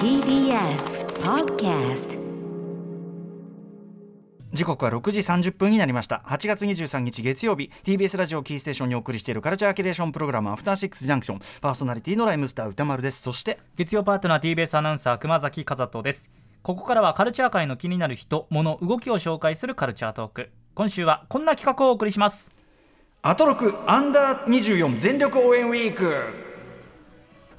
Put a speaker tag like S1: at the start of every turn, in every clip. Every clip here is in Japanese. S1: TBS Podcast
S2: 時刻は6時30分になりました8月23日月曜日 TBS ラジオキーステーションにお送りしているカルチャーキュレーションプログラムアフターシックスジャンクションパーソナリティのライムスター歌丸ですそして
S3: 月曜パートナー TBS アナウンサー熊崎和人ですここからはカルチャー界の気になる人物動きを紹介するカルチャートーク今週はこんな企画をお送りします
S2: アトロクアンダー24全力応援ウィーク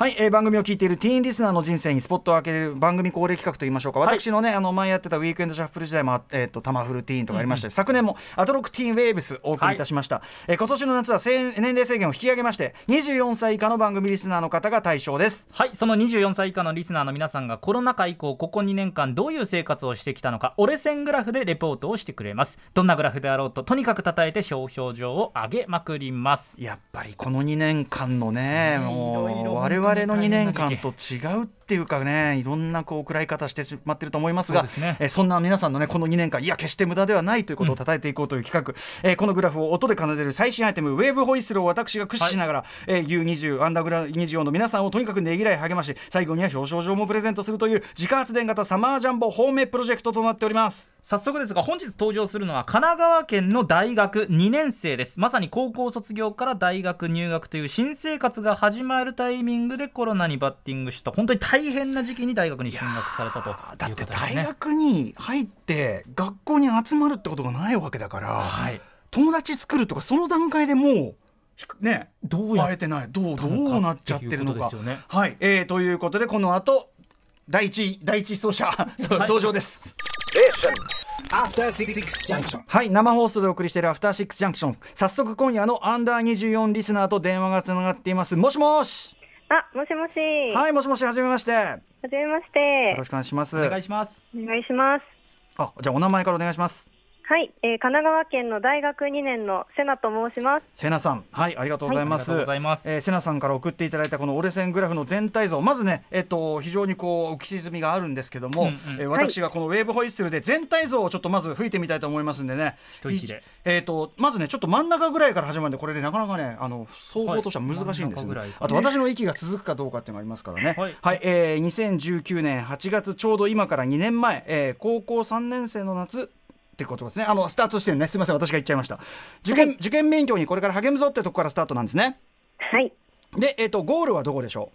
S2: はい、えー番組を聞いているティーンリスナーの人生にスポットを開ける番組恒例企画といいましょうか、
S3: はい
S2: 私のねあの前やってたウィークエンドシャッフル時代もあ、えー、とタマフルティーンとかありましたし、昨年もアトロックティーンウェーブスお送りいたしました、えー今年の夏は成年齢制限を引き上げまして24歳以下の番組リスナーの方が対象です
S3: はいその24歳以下のリスナーの皆さんがコロナ禍以降ここ2年間どういう生活をしてきたのか折れ線グラフでレポートをしてくれますどんなグラフであろうととにかく叩いて表彰状を上げまくります
S2: やっぱりこの2年間のね
S3: ね
S2: もう
S3: いろいろ
S2: 我々の
S3: 本当
S2: 2
S3: に大変な
S2: 年
S3: 時期
S2: 間と違うっていうかねいろんなこう暗い方してしまってると思いますが
S3: そうですね
S2: えーそんな皆さんのねこの2年間いや決して無駄ではないということを叩いていこうという企画、えーこのグラフを音で奏でる最新アイテムウェーブホイッスルを私が駆使しながら、えー U20 アンダーグラ24の皆さんをとにかくねぎらい励まし最後には表彰状もプレゼントするという自家発電型サマージャンボ方面プロジェクトとなっております
S3: 早速ですが本日登場するのは神奈川県の大学2年生ですまさに高校卒業から大学入学という新生活が始まるタイミングでコロナにバッティングした本当に大変な時期に大学に進学されたという
S2: あ
S3: こ
S2: ー
S3: と
S2: だっ
S3: で
S2: て
S3: す
S2: 大
S3: ね。
S2: 学に入って学校に集まるってことがないわけだから、
S3: はい
S2: 友達作るとかその段階でもうひくね
S3: どうやっ
S2: 会えてないどうど
S3: たのか
S2: うなっちゃってるのか
S3: っていうことですよね
S2: はい、えー、ということでこの後第一第一走 者そう
S3: はい
S2: 登場です。
S4: After Six Junction.
S2: はい生放送でお送りしている「アフターシックスジャンクション」早速今夜のアンダー24リスナーと電話がつながっていますもしもし
S5: あ、もしもし。は
S2: はいもしもしはじめましてよ
S5: じめまして
S2: ろ。しくお願いします
S3: お願いします
S5: お願いします。
S2: あじゃあお名前からお願いします
S5: はい、えー、神奈川県の大学2年の瀬名と申します。
S2: 瀬名さんはいありがとうございます、
S3: はいありがとうございます
S2: えー瀬名さんから送っていただいたこの折れ線グラフの全体像まずねえっと非常にこう浮き沈みがあるんですけども、
S3: うんうん
S2: えー私がこのウェーブホイッスルで全体像をちょっとまず吹いてみたいと思いますんでね
S3: 一息で
S2: えっとまずねちょっと真ん中ぐらいから始まるんでこれでなかなかねあの総合としては難しいんですよね、
S3: はい真ん中ぐらいか
S2: あと私の息が続くかどうかっていうのがありますからね
S3: はい
S2: はい、えー2019年8月ちょうど今から2年前、えー高校3年生の夏ってことですねあのスタートしてねすみません私が言っちゃいました受験受験勉強にこれから励むぞってとこからスタートなんですね
S5: はい。
S2: で、えー、とゴールはどこでしょ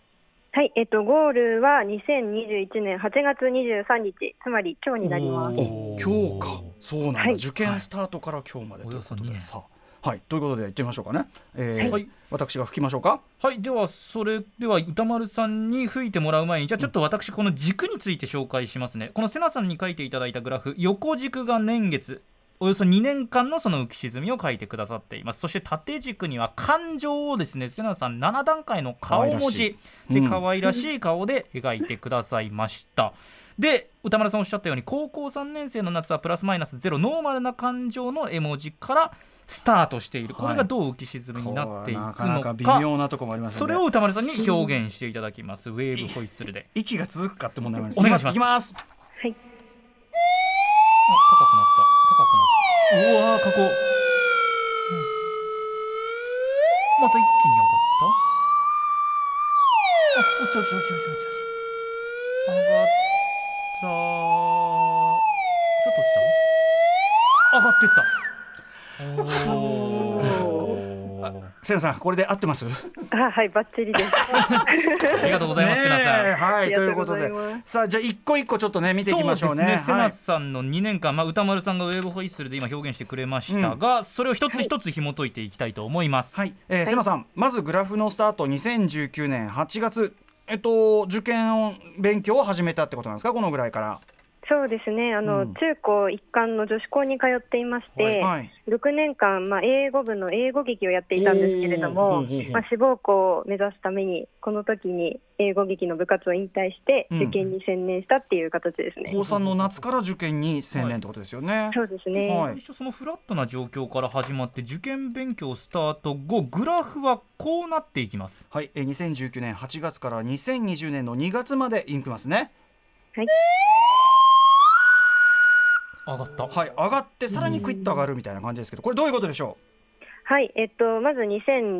S5: はい、えっ、と、ゴールは2021年8月23日、つまり今日になります
S2: う
S3: お。ー
S2: お今日かそうなんだ、
S5: はい
S2: 受験スタートから今日まで
S3: は
S2: と
S3: い
S2: いうこと
S3: およそ二
S2: で
S3: 年
S2: さあはいということで行ってみましょうかね、えー
S3: はい
S2: 私が吹きましょうか
S3: はいではそれでは歌丸さんに吹いてもらう前にじゃあちょっと私この軸について紹介しますね、この瀬名さんに書いていただいたグラフ横軸が年月およそ2年間のその浮き沈みを書いてくださっていますそして縦軸には感情をですね瀬名さん7段階の顔文字
S2: 可愛らしい
S3: で
S2: うん
S3: 可愛らしい顔で描いてくださいました、で歌丸さんおっしゃったように高校3年生の夏はプラスマイナスゼロノーマルな感情の絵文字からスタートしているこれがどう浮き沈みになっていくの
S2: な
S3: か
S2: かなか微妙なとこもあります
S3: そ
S2: よね
S3: れを歌丸さんに表現していただきます。ウェーブホイッスルで。
S2: 息が続くかって問題もあります
S3: お願いします
S2: きます
S5: は
S3: あ
S5: い。
S3: 高くなった。高くなった。うわー、過去。うんまた一気に上がった。あ、落ちた落ちた落ちた落ちた落ちた。上がった。ちょっと落ちた。上がってった。おー
S2: 瀬名さんこれで合ってます
S5: あ、はい、バッチリ で す。
S3: ありがとうございます、皆さん
S2: ねえ。はい、
S5: あ
S2: と
S5: り
S2: い
S5: が
S2: う
S5: と
S2: こと
S5: うござい
S2: で
S5: ます、
S2: さあ、じゃあ一個一個ちょっとね、見ていきましょうね。
S3: そうですね、
S2: はい
S3: 瀬名さんの2年間、まあ、歌丸さんがウェーブホイッスルで今表現してくれましたが、それを一つ一つ紐解いていきたいと思います。
S2: はい、えー瀬名さん、まずグラフのスタート、2019年8月。えっと、受験を勉強を始めたってことなんですか、このぐらいから。
S5: そうですね、あの、
S2: うん
S5: 中高一貫の女子校に通っていまして、
S2: はい。
S5: 6年間、まあ、英語部の英語劇をやっていたんですけれど
S2: う
S5: も
S2: んうんうん、
S5: まあ、志望校を目指すために、この時に英語劇の部活を引退して、
S2: うん
S5: 受験に専念したっていう形ですね。
S2: 高三の夏から受験に専念ってことですよね。
S5: そうです
S3: で
S5: ね。
S3: 最初そのフラットな状況から始まって受験勉強スタート後グラフはこうなっていきます
S2: はい、えー、2019年8月から2020年の2月までインクますね。
S3: 上がった
S2: はい、上がって、さらにクイッと上がるみたいな感じですけど、これどういうことでしょ
S5: はい、えっと、まず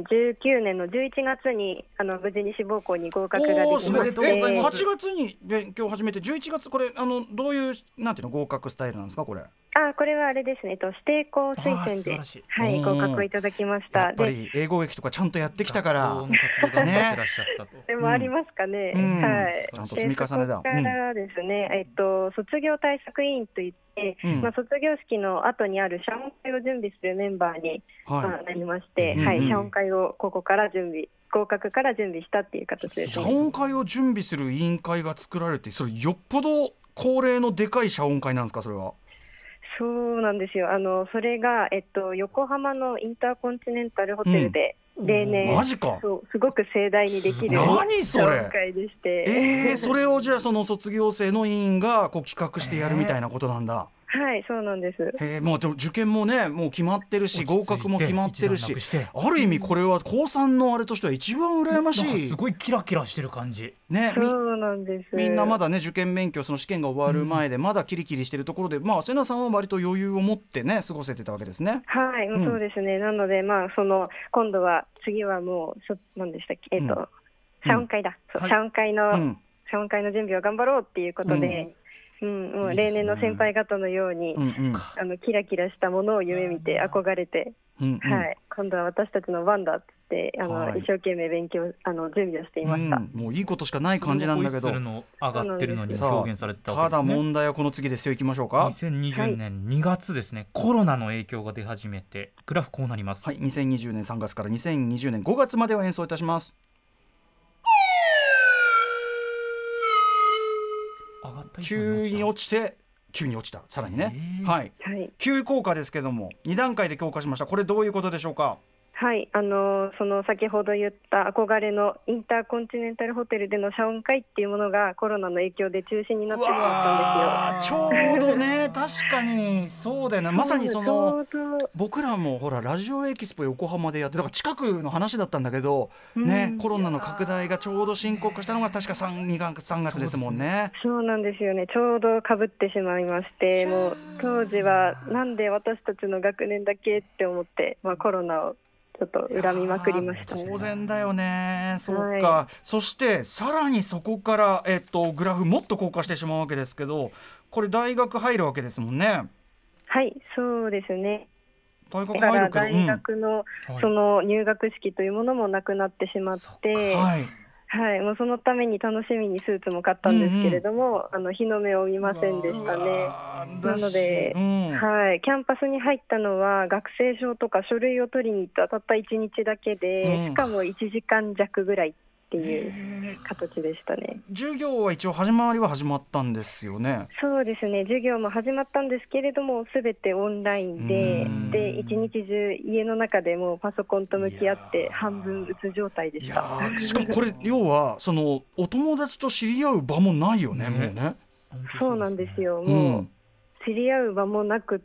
S5: 2019年の11月にあの無事に志望校に合格がで
S2: おー
S5: き
S2: す
S5: ま
S2: ごい
S3: おめ
S2: え
S3: でとうございます
S2: 8月に勉強を始めて11月これあのどういうなんていうの合格スタイルなんですかこれ
S5: あこれはあれですね、えっと、指定校推
S3: あー素
S5: 薦
S3: 晴
S5: で
S3: らしい、
S5: はい、
S2: うん
S5: 合格をいただきまし
S2: や
S5: た。
S2: っぱ
S5: で
S2: り英語劇とかちゃんとやってきたか
S3: 学
S2: ら
S3: 校の活動がね、てらっしゃったと。
S5: でもありますかね、
S2: うん
S5: はい、
S2: ちゃんと積み重ねだ
S5: でそこからですね、えっと、卒業対策委員といって、
S2: うん
S5: まあ、卒業式の後にある謝恩会を準備するメンバーに、まあ、
S2: は
S5: なりまして、
S2: うん
S5: はい
S2: うん
S5: 謝恩会をここから準備合格から準備したっていう形で
S2: い
S5: す
S2: 謝
S5: ね。
S2: 恩会を準備する委員会が作られてそれよっぽど恒例のでかい謝恩会なんですかそれは
S5: そうなんですよあのそれが、えっと、横浜のインターコンチネンタルホテルで、例年
S2: マジか
S5: そうすごく盛大にできる
S2: 何それ
S5: 謝恩会でして、
S2: えー、それをじゃあその卒業生の委員がこう企画してやるみたいなことなんだ、
S5: はいそうなんです。
S2: えーもうでも受験もねもう決まってるし合格も決まってるし
S3: 一段落して
S2: ある意味これは高三のあれとしては一番羨まし
S3: なんかす
S2: い
S3: ごいキラキラしてる感じ。
S2: ねみ
S5: そうなんです。
S2: みんなまだね受験勉強その試験が終わる前でまだキリキリしてるところで、まあ瀬名さんは割と余裕を持ってね過ごせてたわけですね。
S5: はい、
S2: うん
S5: そうですね。なので、まあ、その、今度は、次はもう、そ、なんでしたっけ、えっ
S2: う
S5: と、謝恩会だ。そう謝恩会
S2: う
S5: の、
S2: ん、
S5: 謝恩会の準備を頑張ろうっていうことで、うん、もう、例年の先輩方のように
S2: う、んうん
S5: あの、キラキラしたものを夢見て憧れて、
S2: うんうん
S5: はい、今度は私たちの番だっつって、あの、
S2: はい
S5: 一生懸命勉強、あの、準備をしていました。
S2: うんもういいことしかない感じなんだけど
S3: すごいホイッスルの上がってるのに
S2: さあ
S3: 表現されてたわ
S2: ただ
S3: けですね。
S2: 問題はこの次ですよいきましょうか。
S3: 2020年2月ですね、コロナの影響が出始めてグラフこうなります、
S2: はい、2020年3月から2020年5月までを演奏いたします。
S3: 上がった
S2: 急に
S3: ち
S2: 落ちて急に落ちたさらにね、
S3: えー
S2: はい
S5: はい。
S2: 急降下ですけども2段階で強化しましたこれどういうことでしょうか
S5: はい、あのその先ほど言った憧れのインターコンチネンタルホテルでの謝恩会っていうものがコロナの影響で中止になってしまったん
S2: あーちょうどね確かにそうだよねまさに
S5: です
S2: そ
S5: よ。
S2: の
S5: ちょうど
S2: 僕らもほらラジオエキスポ横浜でやってだから近くの話だったんだけど、ね
S5: うん
S2: コロナの拡大がちょうど深刻したのが確か 3, 2月3月ですもんね。
S5: そうなんですよねちょうどかぶってしまいましてもう当時はなんで私たちの学年だけって思って、まあ、コロナをちょっと恨みまくりました
S2: あー
S5: ね
S2: 当。然だよねそうか、
S5: は
S2: そしてさらにそこから、えっと、グラフもっと降下してしまうわけですけどこれ大学入るわけですもんね
S5: はいそうですね
S2: 大学
S5: だか
S2: 入
S5: ら
S2: るけど、
S5: 大学の
S3: はい
S5: その入学式というものもなくなってしまっ、
S3: そって
S2: うん、はい
S5: はい、もうそのために楽しみにスーツも買ったんですけれども、あの日の目を見ませんでした
S2: う
S5: ね。
S2: わー
S5: なので
S2: うん
S5: はい、キャンパスに入ったのは学生証とか書類を取りに行ったたった1日だけ
S2: そう
S5: でしかも1時間弱ぐらいっていう形でしたね。
S2: 授業は一応始まりは始まったんですよね。
S5: そうですね授業も始まったんですけれどもすべてオンライン
S2: う
S5: で
S2: ん
S5: で一日中家の中でもうパソコンと向き合
S2: いや
S5: って
S2: ー
S5: 半分うつ状態で
S2: い
S5: し
S2: や
S5: た。
S2: ーしかもこれ要はそのお友達と知り合う場もないよね
S3: ね
S2: もうね。
S3: 本当
S5: そうなんです
S3: ね
S5: よ、
S2: う
S5: もうん知り合う場もなくって、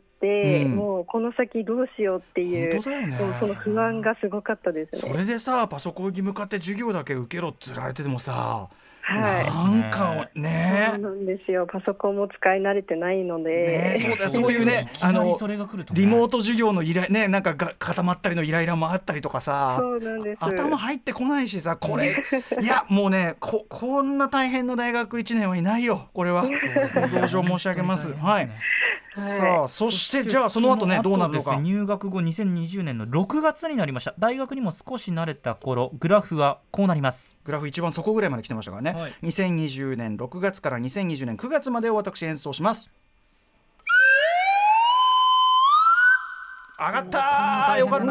S2: うん
S5: もうこの先どうしようっていう
S2: 本当だよね
S5: そうその不安がすごかったです
S2: そ
S5: ね。
S2: れでさパソコンに向かって授業だけ受けろって言われててもさ、
S5: は
S3: あ
S5: い、
S2: なんかね
S5: そうなんですよ。パソコンも使い慣れてないの
S2: ね
S5: で、
S2: そうだ
S3: です
S2: そういうね
S3: いきなり
S2: あの
S3: それが来るとね
S2: リモート授業の依頼ねなんかが固まったりのイライラもあったりとかさ
S5: そうなんです。
S2: 頭入ってこないしさこ れいやもうねここんな大変な大学1年はいないよこれは。
S3: そうですね
S2: 同情申し上げます
S3: 本当に大変ですね
S2: さあそしてじゃあその後ね
S3: そ
S2: どうなるの
S3: です
S2: か
S3: ね。入学後2020年の6月になりました大学にも少し慣れた頃グラフはこうなります
S2: グラフ一番そこぐらいまで来てましたからね、
S3: はい
S2: 2020年6月から2020年9月までを私演奏します上がったーよかった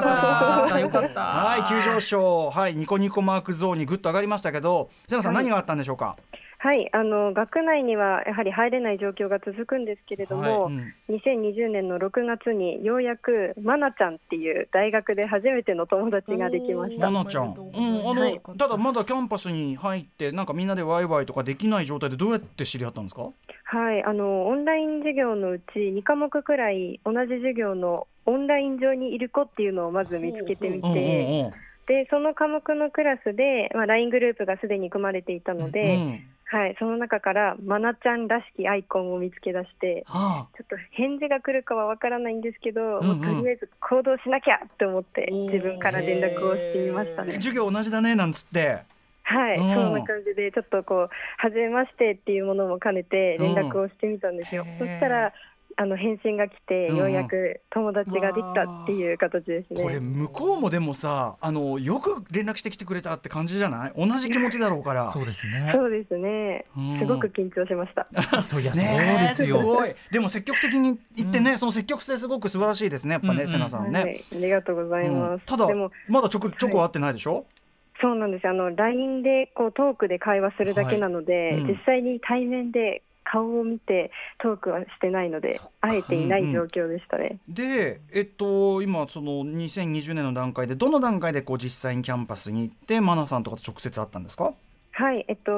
S2: ー
S3: よかった
S2: はい急上昇はいニコニコマークゾーンにぐっと上がりましたけど瀬野さん、
S5: はい
S2: 何があったんでしょうか、
S5: はい、あの学内にはやはり入れない状況が続くんですけれども、
S2: はいうん
S5: 2020年の6月にようやくマナちゃんっていう大学で初めての友達ができました。
S2: まなちゃん、うんあの
S3: はい
S2: ただまだキャンパスに入ってなんかみんなでワイワイとかできない状態でどうやって知り合ったんですか
S5: はい、あのオンライン授業のうち2科目くらい同じ授業のオンライン上にいる子っていうのをまず見つけてみ
S2: うんうん
S5: て、
S2: うん
S5: でその科目のクラスで、まあ、LINE グループがすでに組まれていたので、
S2: うん
S5: はい、その中からまなちゃんらしきアイコンを見つけ出して
S2: は
S5: ちょっと返事が来るかはわからないんですけど、
S2: うんうん
S5: もうとりあえず行動しなきゃと思って
S2: おー
S5: 自分から連絡をしてみました
S2: あ、え
S5: ね。
S2: 授業同じだねなんつって
S5: はい、
S2: うん
S5: そんな感じでちょっとこう初めましてっていうものも兼ねて連絡をしてみたんですよ。
S2: うんへー
S5: そしたらあの返信が来て、
S2: うん
S5: ようやく友達ができたっていう形です
S2: これ
S5: ね。
S2: 向こうもでもさあのよく連絡してきてくれたって感じじゃない同じ気持ちだろうから
S3: そうですね
S5: そうですね
S2: うん。
S5: すごく緊張しました。
S3: そういやそう
S2: ね
S3: で
S2: え
S3: す
S2: す
S3: よ
S2: ごいでも積極的に言ってね、その積極性すごく素晴らしいですねやっぱ
S3: うん
S2: ね、
S3: うん
S2: 瀬名さんね、
S5: はい、ありがとうございます。
S2: うんただ
S5: でも
S2: まだちょこちょこ会ってないでしょ、
S5: そうなんですよあの LINE でこうトークで会話するだけなの
S2: は
S5: で、
S2: いうん
S5: 実際に対面で顔を見てトークはしてないので
S3: そっか
S5: 会えていない状況でしたね。
S2: でえっと今その2020年の段階でどの段階でこう実際にキャンパスに行ってマナさんとかと直接会ったんですか
S5: はい、えっと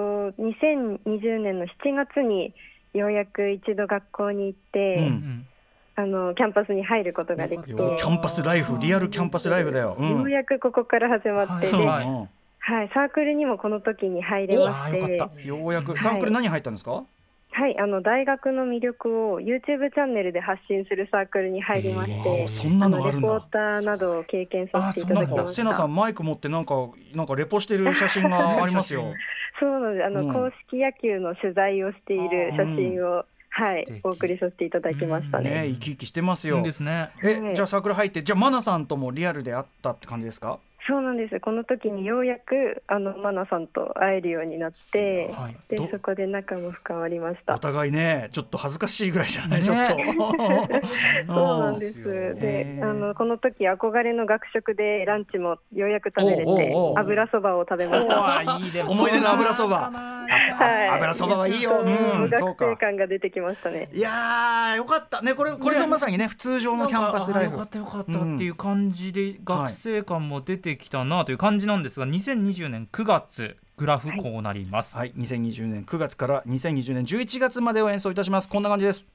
S5: 2020年の7月にようやく一度学校に行って、
S2: う
S3: うんん
S5: あのキャンパスに入ることができ
S2: キ
S5: て、
S3: よ
S2: ャンパスライフリアルキャンパスライフだよ、うん
S5: ようやくここから始まっ
S3: は
S5: て、で
S3: い
S5: はい、
S2: うん
S5: サークルにもこの時に入れま
S3: う
S5: し
S3: わーよ
S5: て
S3: かった、
S2: ようやくサークル何入ったんですか、
S5: はい、あの大学の魅力を YouTube チャンネルで発信するサークルに入りまして、
S2: あそんなのあ
S5: レ
S2: るん
S5: ポー
S2: だ
S5: ターなどを経験さ
S3: あ
S5: せて
S3: そ
S5: いた
S3: う
S2: な
S5: だ
S2: ん
S5: きま
S2: か
S5: し
S2: 瀬
S5: た。
S2: 名さんマイク持ってなんかなんかレポしてる写真があり ますよ
S5: そうなんです。あの、
S2: うん
S5: 公式野球の取材をしている写真を、はい
S3: 素敵、
S5: お送りさせていただきましたね。
S2: ね生き生きしてますよ、
S3: いいですね
S2: えじゃあサークル入ってじゃあマナさんともリアルで会ったって感じですか
S5: そうなんです。この時にようやくあのマナさんと会えるようになって、
S3: はい
S5: で
S2: ど
S5: そこで仲も深まりまし
S2: お
S5: た。
S2: 互いねちょっと恥ずかしいぐらいじゃない、
S3: ね
S2: ちょっと
S5: そうなんです。
S2: へ
S5: で、
S2: ー
S5: あのこの時憧れの学食でランチもようやく食べれ
S2: おう
S5: て
S2: おうおう、
S5: 油そばを食べました。
S3: わいいです
S2: 思い出の油そば
S5: はい、
S2: 油そばはいいよ
S5: そう
S2: うんそう
S5: 学
S2: か
S5: 生感が出てきましたね。
S2: いやーよかったねこれこれぞまさにね普通上のキャンパスライ
S3: よ
S2: フ
S3: かったよかったっていう感じで
S2: はい
S3: 学生感も出てきたなという感じなんですが2020年9月グラフこうなります、
S2: はい2020年9月から2020年11月までを演奏いたしますこんな感じです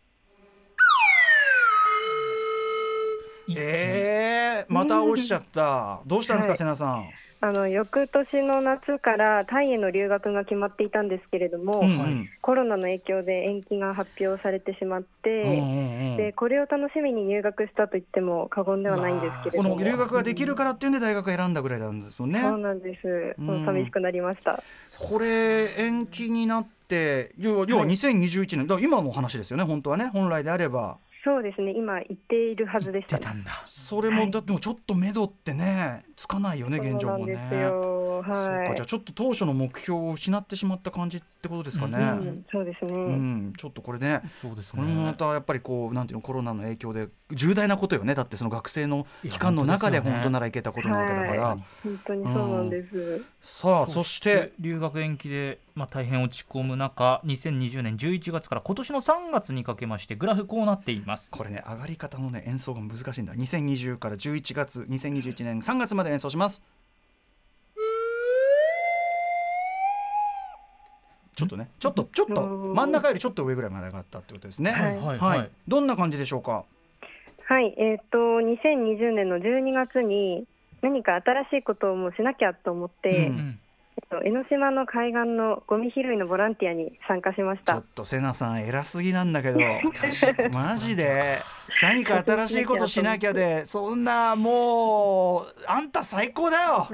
S3: 一気に
S2: えー、また落ちちゃったどうしたんですか
S5: はい
S2: 瀬名さん
S5: あの翌年の夏からタイへの留学が決まっていたんですけれども、
S2: うんうん
S5: コロナの影響で延期が発表されてしまって、
S2: うんうんうん
S5: でこれを楽しみに入学したと言っても過言ではないんですけれ
S2: こ
S5: ども、
S2: の留学ができるからっていうんで大学選んだぐらいなんですよね
S5: そうなんです、
S2: うん
S5: もう寂しくなりました
S2: これ延期になって要は要は2021年だから今の話ですよね本当はね本来であれば
S5: そうですね今行っているはずでした
S3: 出
S5: ね
S3: たんだ
S2: それもだってもうちょっと目処ってねつかないよね現
S5: そう
S2: 状
S5: なん
S2: も
S5: で
S2: ね
S5: すよ
S2: そうかじゃ
S5: は
S2: あちょっと当初の目標を失ってしまった感じってことですか
S5: い、う
S3: あ
S2: ね。
S5: ん、そうですね、
S2: うん、ちょっとこれね。
S3: そうです
S2: これもまたやっぱりこうなんていうのコロナの影響で重大なことよねだってその学生の期間の中で
S3: いや本当ですよね
S2: 本当ならいけたことなわけだから、
S5: は本当にそうなんです、
S2: さあそして
S3: 留学延期で、まあ、大変落ち込む中2020年11月から今年の3月にかけましてグラフこうなっています
S2: これね上がり方のね演奏が難しいんだ2020から11月2021年3月まで演奏しますちょっとねちょっとちょっと
S5: うん
S2: 真ん中よりちょっと上ぐらいまで上がったってことですね
S5: はい
S2: はい、どんな感じでしょうか
S5: はい、えっ、と2020年の12月に何か新しいことをもうしなきゃと思って、
S2: う
S3: うんん
S5: えっと江ノ島の海岸のゴミ拾いのボランティアに参加しまし
S2: ちょ
S5: た
S2: っ。と瀬名さん偉すぎなんだけどマジで何か新しいことしなきゃでそんなもうあんた最高だよ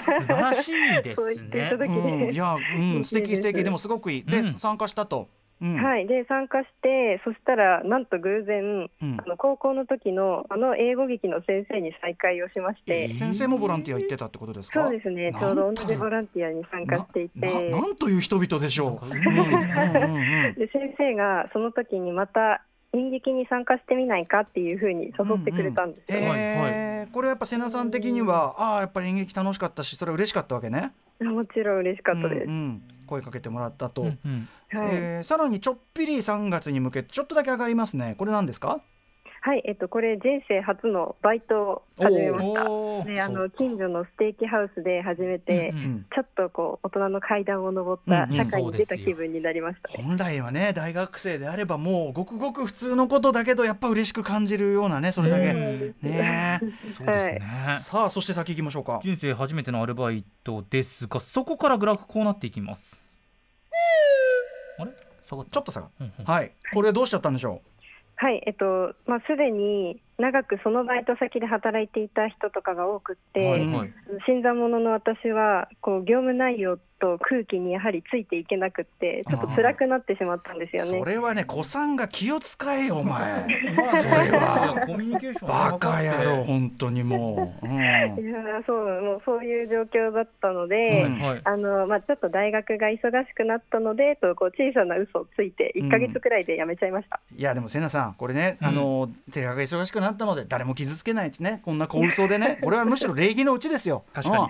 S3: 素晴らしいで
S5: そう
S3: す
S5: 言ってい
S3: ね
S5: ただき
S2: うん、い
S5: て、
S2: や、うん、
S5: 嬉
S2: 素
S5: しいです
S2: 敵素敵でもすごくいい、で
S3: うん
S2: 参加したと、うん
S5: はい、で参加して、そしたらなんと偶然、
S2: うん
S5: あの高校の時のあの英語劇の先生に再会をしまし
S2: え
S5: て、
S2: 先生もボランティア行ってたってことですか
S5: そうですね、ちょうど同じボランティアに参加していて、
S2: なななんという人々でしょう
S3: なんか運命的な
S2: うんうんうん
S5: で先生がその時にまた演劇に参加してみないかっていうふうに誘ってくれたんですよ。
S2: えーこれやっぱ瀬名さん的にはああやっぱり演劇楽しかったしそれは嬉しかったわけね
S5: もちろん嬉しかったです。
S2: うんうん声かけてもらったと、
S3: うんうん
S5: はい
S2: えーさらにちょっぴり3月に向けてちょっとだけ上がりますねこれなんですか
S5: はい、えっと、これ人生初のバイトを始めました。
S3: おー
S5: で、あの近所のステーキハウスで始めて、
S3: うん
S2: うん
S5: ちょっとこう大人の階段を上った
S2: うんうん
S5: 社会に出た気分になりましたね。
S2: 本来はね大学生であればもうごくごく普通のことだけどやっぱ嬉しく感じるようなねそれだけ、
S3: うん
S2: ねえ
S3: そうですね、
S2: さあそして先行きましょうか
S3: 人生初めてのアルバイトですがそこからグラフこうなっていきます下がった
S2: ちょっと下がった、
S3: うんうん
S2: はいこれどうしちゃったんでしょ
S5: はい、えっと、まあ、すでに長くそのバイト先で働いていた人とかが多くって、
S3: はい
S2: うん
S3: はい
S5: 新参者の私はこう業務内容と空気にやはりついていけなくってちょっと辛くなってしまったんです
S2: う
S5: よね
S2: そ。れはね子さんが気を使えよお前
S3: まあ
S2: それはい
S3: やコミュニケーション が
S2: バカ野郎
S3: は
S2: 本当にもう、うん
S5: いやーそうもうそういう状況だったの
S3: い
S5: で、
S2: うん
S3: はい
S5: あのまあ、ちょっと大学が忙しくなったのでとこう小さな嘘をついて1か月くらいで辞めちゃいました、
S2: いやでも瀬名さんこれね、
S3: うん
S2: あの手が忙しくなったので誰も傷つけないってねこんな小嘘でねこれはむしろ礼儀のうちですよ
S3: 確かに
S2: うん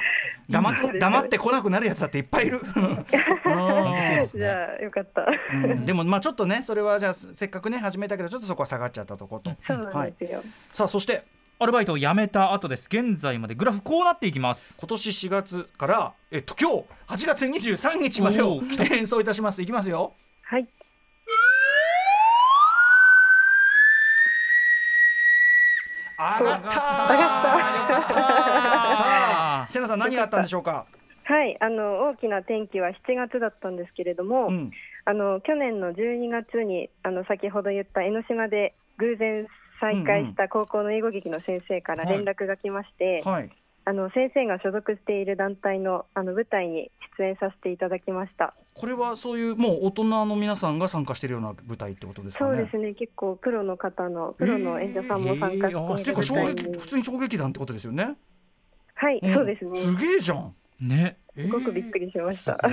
S2: 黙って黙ってこなくなるやつだっていっぱいいる、うん
S3: ですね
S5: じゃあよかった、
S2: うんでもまあちょっとねそれはじゃあせっかくね始めたけどちょっとそこは下がっちゃったとこと、
S5: そうなんですよ、
S2: さあそして
S3: アルバイトを辞めた後です現在までグラフこうなっていき ます
S2: 今年4月からえっと今日8月23日まで
S3: お
S2: を
S3: ー来
S2: 演奏いたしますいきますよ
S5: はい
S2: 上がったーさあ瀬名さん何があったんでしょうか
S5: はい、あの大きな転機は7月だったんですけれども、
S2: うん
S5: あの去年の12月にあの先ほど言った江ノ島で偶然再会した高校の英語劇の先生から連絡が来まして、
S2: はい
S5: あの先生が所属している団体のあの舞台に出演させていただきました。
S2: これはそういうもう大人の皆さんが参加しているような舞台ってことですか
S5: そう
S2: ね。
S5: ですね、結構プロの方のプロの演者さんも参加している
S3: えーあ
S2: 結構衝
S5: 舞
S2: 撃
S5: 台に
S2: 普通に衝撃団ってことですよね。
S5: はい、
S2: ん
S5: そうですね。
S2: すげえじゃん。
S3: ね
S2: え
S5: すごくびっく
S2: り。
S5: りしまし
S3: す
S5: た。
S3: ごい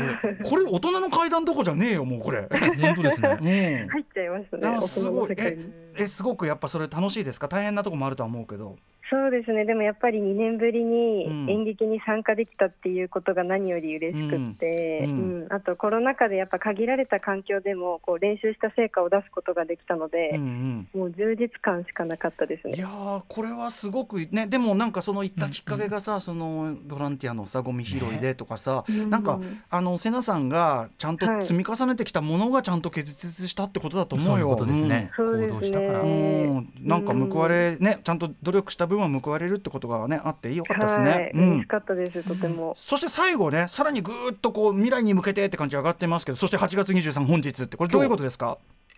S2: これ大人の階段どこじゃねえよもうこれ。
S3: 本当ですね
S2: うん。
S5: 入っちゃいましたね。
S2: あ
S5: 大
S2: す
S5: 人の
S2: ごい
S5: 世界
S2: え
S5: に。
S2: えすごくやっぱそれ楽しいですか大変なとこもあるとは思うけど
S5: そうですね。でもやっぱり2年ぶりに
S2: うん
S5: 演劇に参加できたっていうことが何より嬉しくって、
S2: う
S5: うんん
S2: うん
S5: あとコロナ禍でやっぱ限られた環境でもこう練習した成果を出すことができたの
S2: うん
S5: で、
S2: うん
S5: もう充実感しかなかったです
S2: い
S5: ね。
S2: やーこれはすごくねでもなんかその行ったきっかけがさ、そのボランティアのさゴミ拾いでとかさ、
S5: ね
S2: なんか
S5: うんうん
S2: あの瀬名さんがちゃんと
S5: はい
S2: 積み重ねてきたものがちゃんと結実したってことだと思
S3: そう
S2: う
S3: いう
S2: よ。
S3: ことです
S2: うん
S3: ね、
S5: そうですね
S3: 行動したから
S5: はい
S2: うんなんか報われねちゃんと努力した分は報われるってことがねあってよかったですね、
S5: はい、
S2: う
S5: 嬉し
S2: ん、
S5: かったです、とても。
S2: そして最後ねさらにぐーっとこう未来に向けてって感じ上がってますけどそして8月23本日ってこれどういうことですか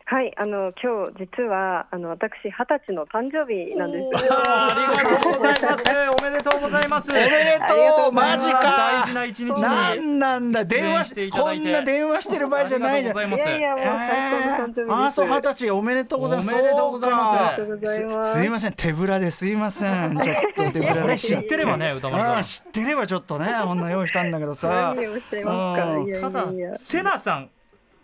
S5: はい、あの今日実はあの私二十歳の誕生日なんです。
S3: ありがとうござい ますおめでとうございます
S2: お
S3: お
S2: めで
S5: ありが
S2: と
S5: と
S2: う
S5: う
S2: マジか
S3: 大事な一日に
S2: なんなんだ
S3: 出
S2: 電
S3: 演
S2: 話
S3: して
S2: し
S3: いただ
S2: こ
S3: いて
S2: んな電話してる場合じゃないじゃん
S3: ありがとうございます
S5: いやいやもう最高の誕生日です。
S2: あーそう二十歳おめでとうございます
S3: おめでとうございます
S2: そう
S5: あ
S2: か
S5: りがとうございます。
S2: すいません手ぶらですいませんちょっと手ぶら
S3: これ
S2: で
S3: 知ってればね歌丸さん
S2: あー知ってればちょっとねこんな用意したんだけどさ
S5: 何をおっしゃいますか。
S2: うん
S5: いやい
S3: ただ
S5: やいや。
S3: セナさん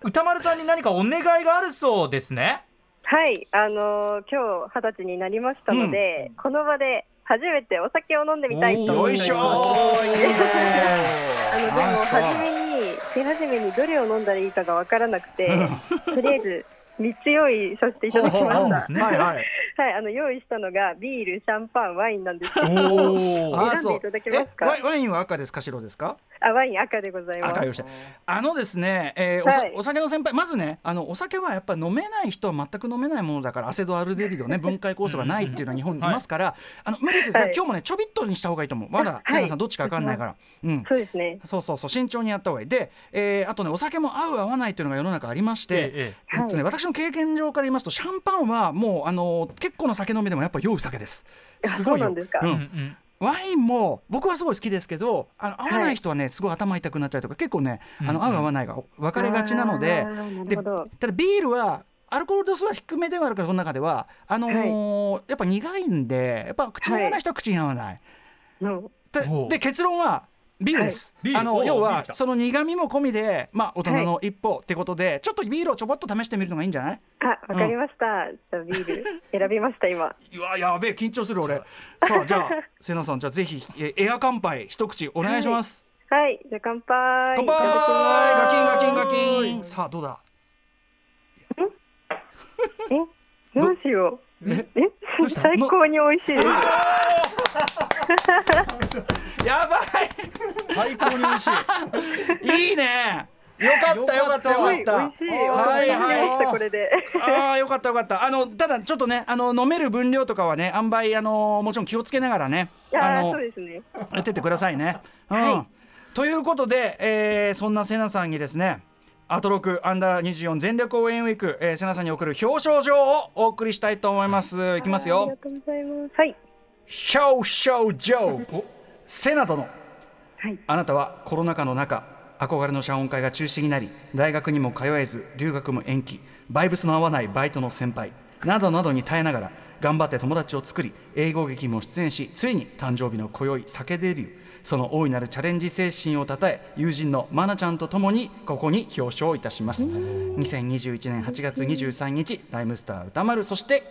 S3: 歌丸さんに何かお願いがあるそうですね
S5: はい、あのー今日二十歳になりましたので、この場で初めてお酒を飲んでみたいと
S2: よ
S5: 思い
S2: い
S5: ます。
S2: しょ
S5: あ
S2: ーいいね
S5: のでも
S2: あそう
S5: 初めに手始めにどれを飲んだらいいかがわからなくて、とりあえず三つ用意 させていただきま
S2: ほうほうほう
S5: し
S2: で
S5: た。
S2: すねはいはい
S5: はい、あの用意したのがビール、シャンパン、ワインなんですけど、
S3: お
S5: ー
S2: あそう
S5: 選んでいただけますか
S2: えワインワインは赤ですか白ですか
S5: あワイン赤でございます
S2: 赤。よしてあのですね、えーおさ
S5: はい
S2: お酒の先輩まずねあのお酒はやっぱ飲めない人は全く飲めないものだからアセドアルデヒ ドね分解酵素がないっていうのは日本にいますから、あの無理ですが、
S5: はい
S2: 今日もねちょびっとにした方がいいと思うまだ
S5: はい
S2: 瀬名さんどっちか分かんないから、うん
S5: そうですね。
S2: そうそうそう慎重にやった方がいいで、えーあとねお酒も合う合わないというのが世の中ありまして、
S3: え
S2: えっとね、私の経験上から言いますとシャンパンはもうあの結構の酒飲みでもやっぱ酔う酒です。
S5: あ
S2: すごいよ
S5: そうなんですか
S2: う
S3: えうん
S2: ん
S3: うん
S2: ワインも僕はすごい好きですけどあの合わない人はね、すごい頭痛くなっちゃうとか結構ねあ
S3: うんうん
S2: の合う合わないが分かれがちなので
S5: あーな
S2: で
S5: るほど。
S2: ただビールはアルコール度数は低めではあるからこの中ではあのーやっぱ苦いんでやっぱ口に合わない人は口に合わない。
S5: の
S2: で
S3: ほう
S2: で結論はビールです、
S3: はいビール
S2: あ
S3: お
S2: の
S3: う
S2: 要
S3: ビー
S2: は
S3: ルだ
S2: その苦みも込みで、まあ、大人の一歩ってことで、ちょっとビールをちょぼっと試してみるのがいいんじゃない
S5: あ、わかりました。じゃあビール選びました今。
S2: うわやべえ緊張する俺さあじゃあ瀬名さんじゃあぜひえエア乾杯一口お願いします、
S5: はい、じゃあ乾杯。
S2: 乾杯ガキンガキンガ
S5: ン。
S2: キンさあどうだ
S5: え、どうしよう。え、
S3: うした
S5: 最高に美味しいです。
S2: やば
S3: 最高に美味しい
S2: い いいねよかったよかったよ
S5: すごい
S2: かった
S5: 美味しい。
S2: はい
S5: お
S2: は
S5: 腹にま
S2: い
S5: したこれで。
S2: ああよかったよかったあのただちょっとねあの飲める分量とかはね塩梅あのもちろん気をつけながらね
S5: い や
S2: あ
S5: ー
S2: の
S5: そうですね。
S2: やってってくださいね。うんということで、えーそんなセナさんにですねアトロクアンダー24全力応援ウィーク、えー、瀬名さんに送る表彰状をお送りしたいと思いますいきます
S5: あり
S2: よ
S5: がとうございます。はい。
S2: 表彰状セナ殿
S5: はい。
S2: あなたはコロナ禍の中憧れの謝恩会が中止になり大学にも通えず留学も延期バイブスの合わないバイトの先輩などなどに耐えながら頑張って友達を作り英語劇も出演しついに誕生日の今宵酒デビューその大いなるチャレンジ精神をたたえ友人のマナちゃんとともにここに表彰いたします2021年8月23日ライムスター歌丸そして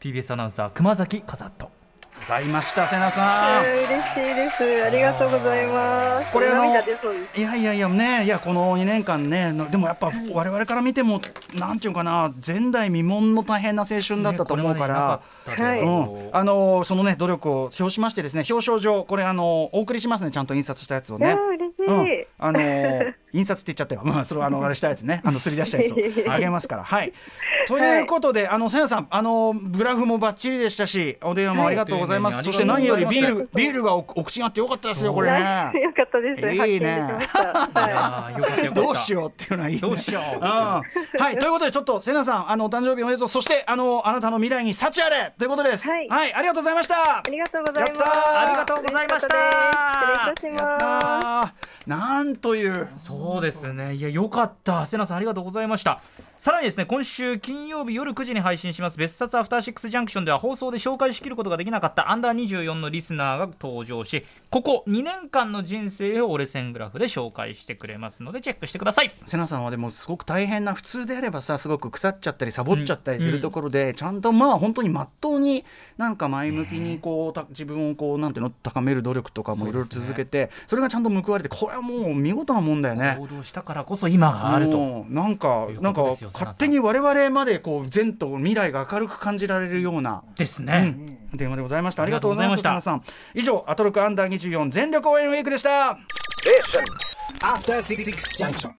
S3: TBS アナウンサー熊崎和人
S2: ございました瀬名
S5: あ
S2: さん
S5: ー嬉しいです。ありがとうございます。
S2: これあの
S5: 涙出そうです。
S2: いやいやいやねいやこの2年間ねなでもやっぱ我々から見てもなんていうのかな前代未聞の大変な青春だったと思うから。
S5: は
S2: う
S5: い
S2: ん、あのそのね努力を表しましてですね表彰状これあのお送りしますねちゃんと印刷したやつを
S5: いや
S2: ね
S5: ー嬉しい。
S2: うん、あのー印刷って言っちゃったよ、うん、それはあのあれしたやつねあのすり出したやつ をあげますからはいということで、あのせなさんあのグラフもバッチリでしたしお電話もありがとうございます、
S3: はい
S2: そして何よりビー
S3: は
S2: ルビールがおお口にあってよかったですよこれね
S5: よかったです。
S2: いいね
S5: 発見できました。はい。
S3: あーよかったよかった
S2: どうしようっていうのはいい、ね、
S3: どうしよう
S2: うんはいということでちょっと瀬名さんあのお誕生日おめでとうそしてあのあなたの未来に幸あれということですは、
S5: はいい
S2: ありがとうございました
S5: ありがとうございます
S2: やったー。
S3: ありがとうございました
S2: やっ
S5: 失礼いたします。
S2: たーなんという
S3: そうですねいやよかった瀬名さんありがとうございましたさらにですね今週金曜日夜9時に配信します別冊アフターシックスジャンクションでは放送で紹介しきることができなかったアンダー24のリスナーが登場しここ2年間の人生を折れ線グラフで紹介してくれますのでチェックしてください
S2: 瀬名さんはでもすごく大変な普通であればさすごく腐っちゃったりサボっちゃったりするところで、ちゃんとまあ本当にまっとうになんか前向きにこうた自分をこうなんていうの高める努力とかもいろいろ続けてそ,、れがちゃんと報われてこれはもう見事なもんだよね。
S3: 行動したからこそ今があると
S2: もうなんか
S3: いう
S2: なんか
S3: ことですよ
S2: 勝手に我々までこう前途未来が明るく感じられるような、
S3: です
S2: う
S3: ね、
S2: ん、電話でございましたありがとうございました
S3: ありがと
S2: 皆さん以上アトロクアンダー24全力応援ウィークでした
S4: Station. After City Junction.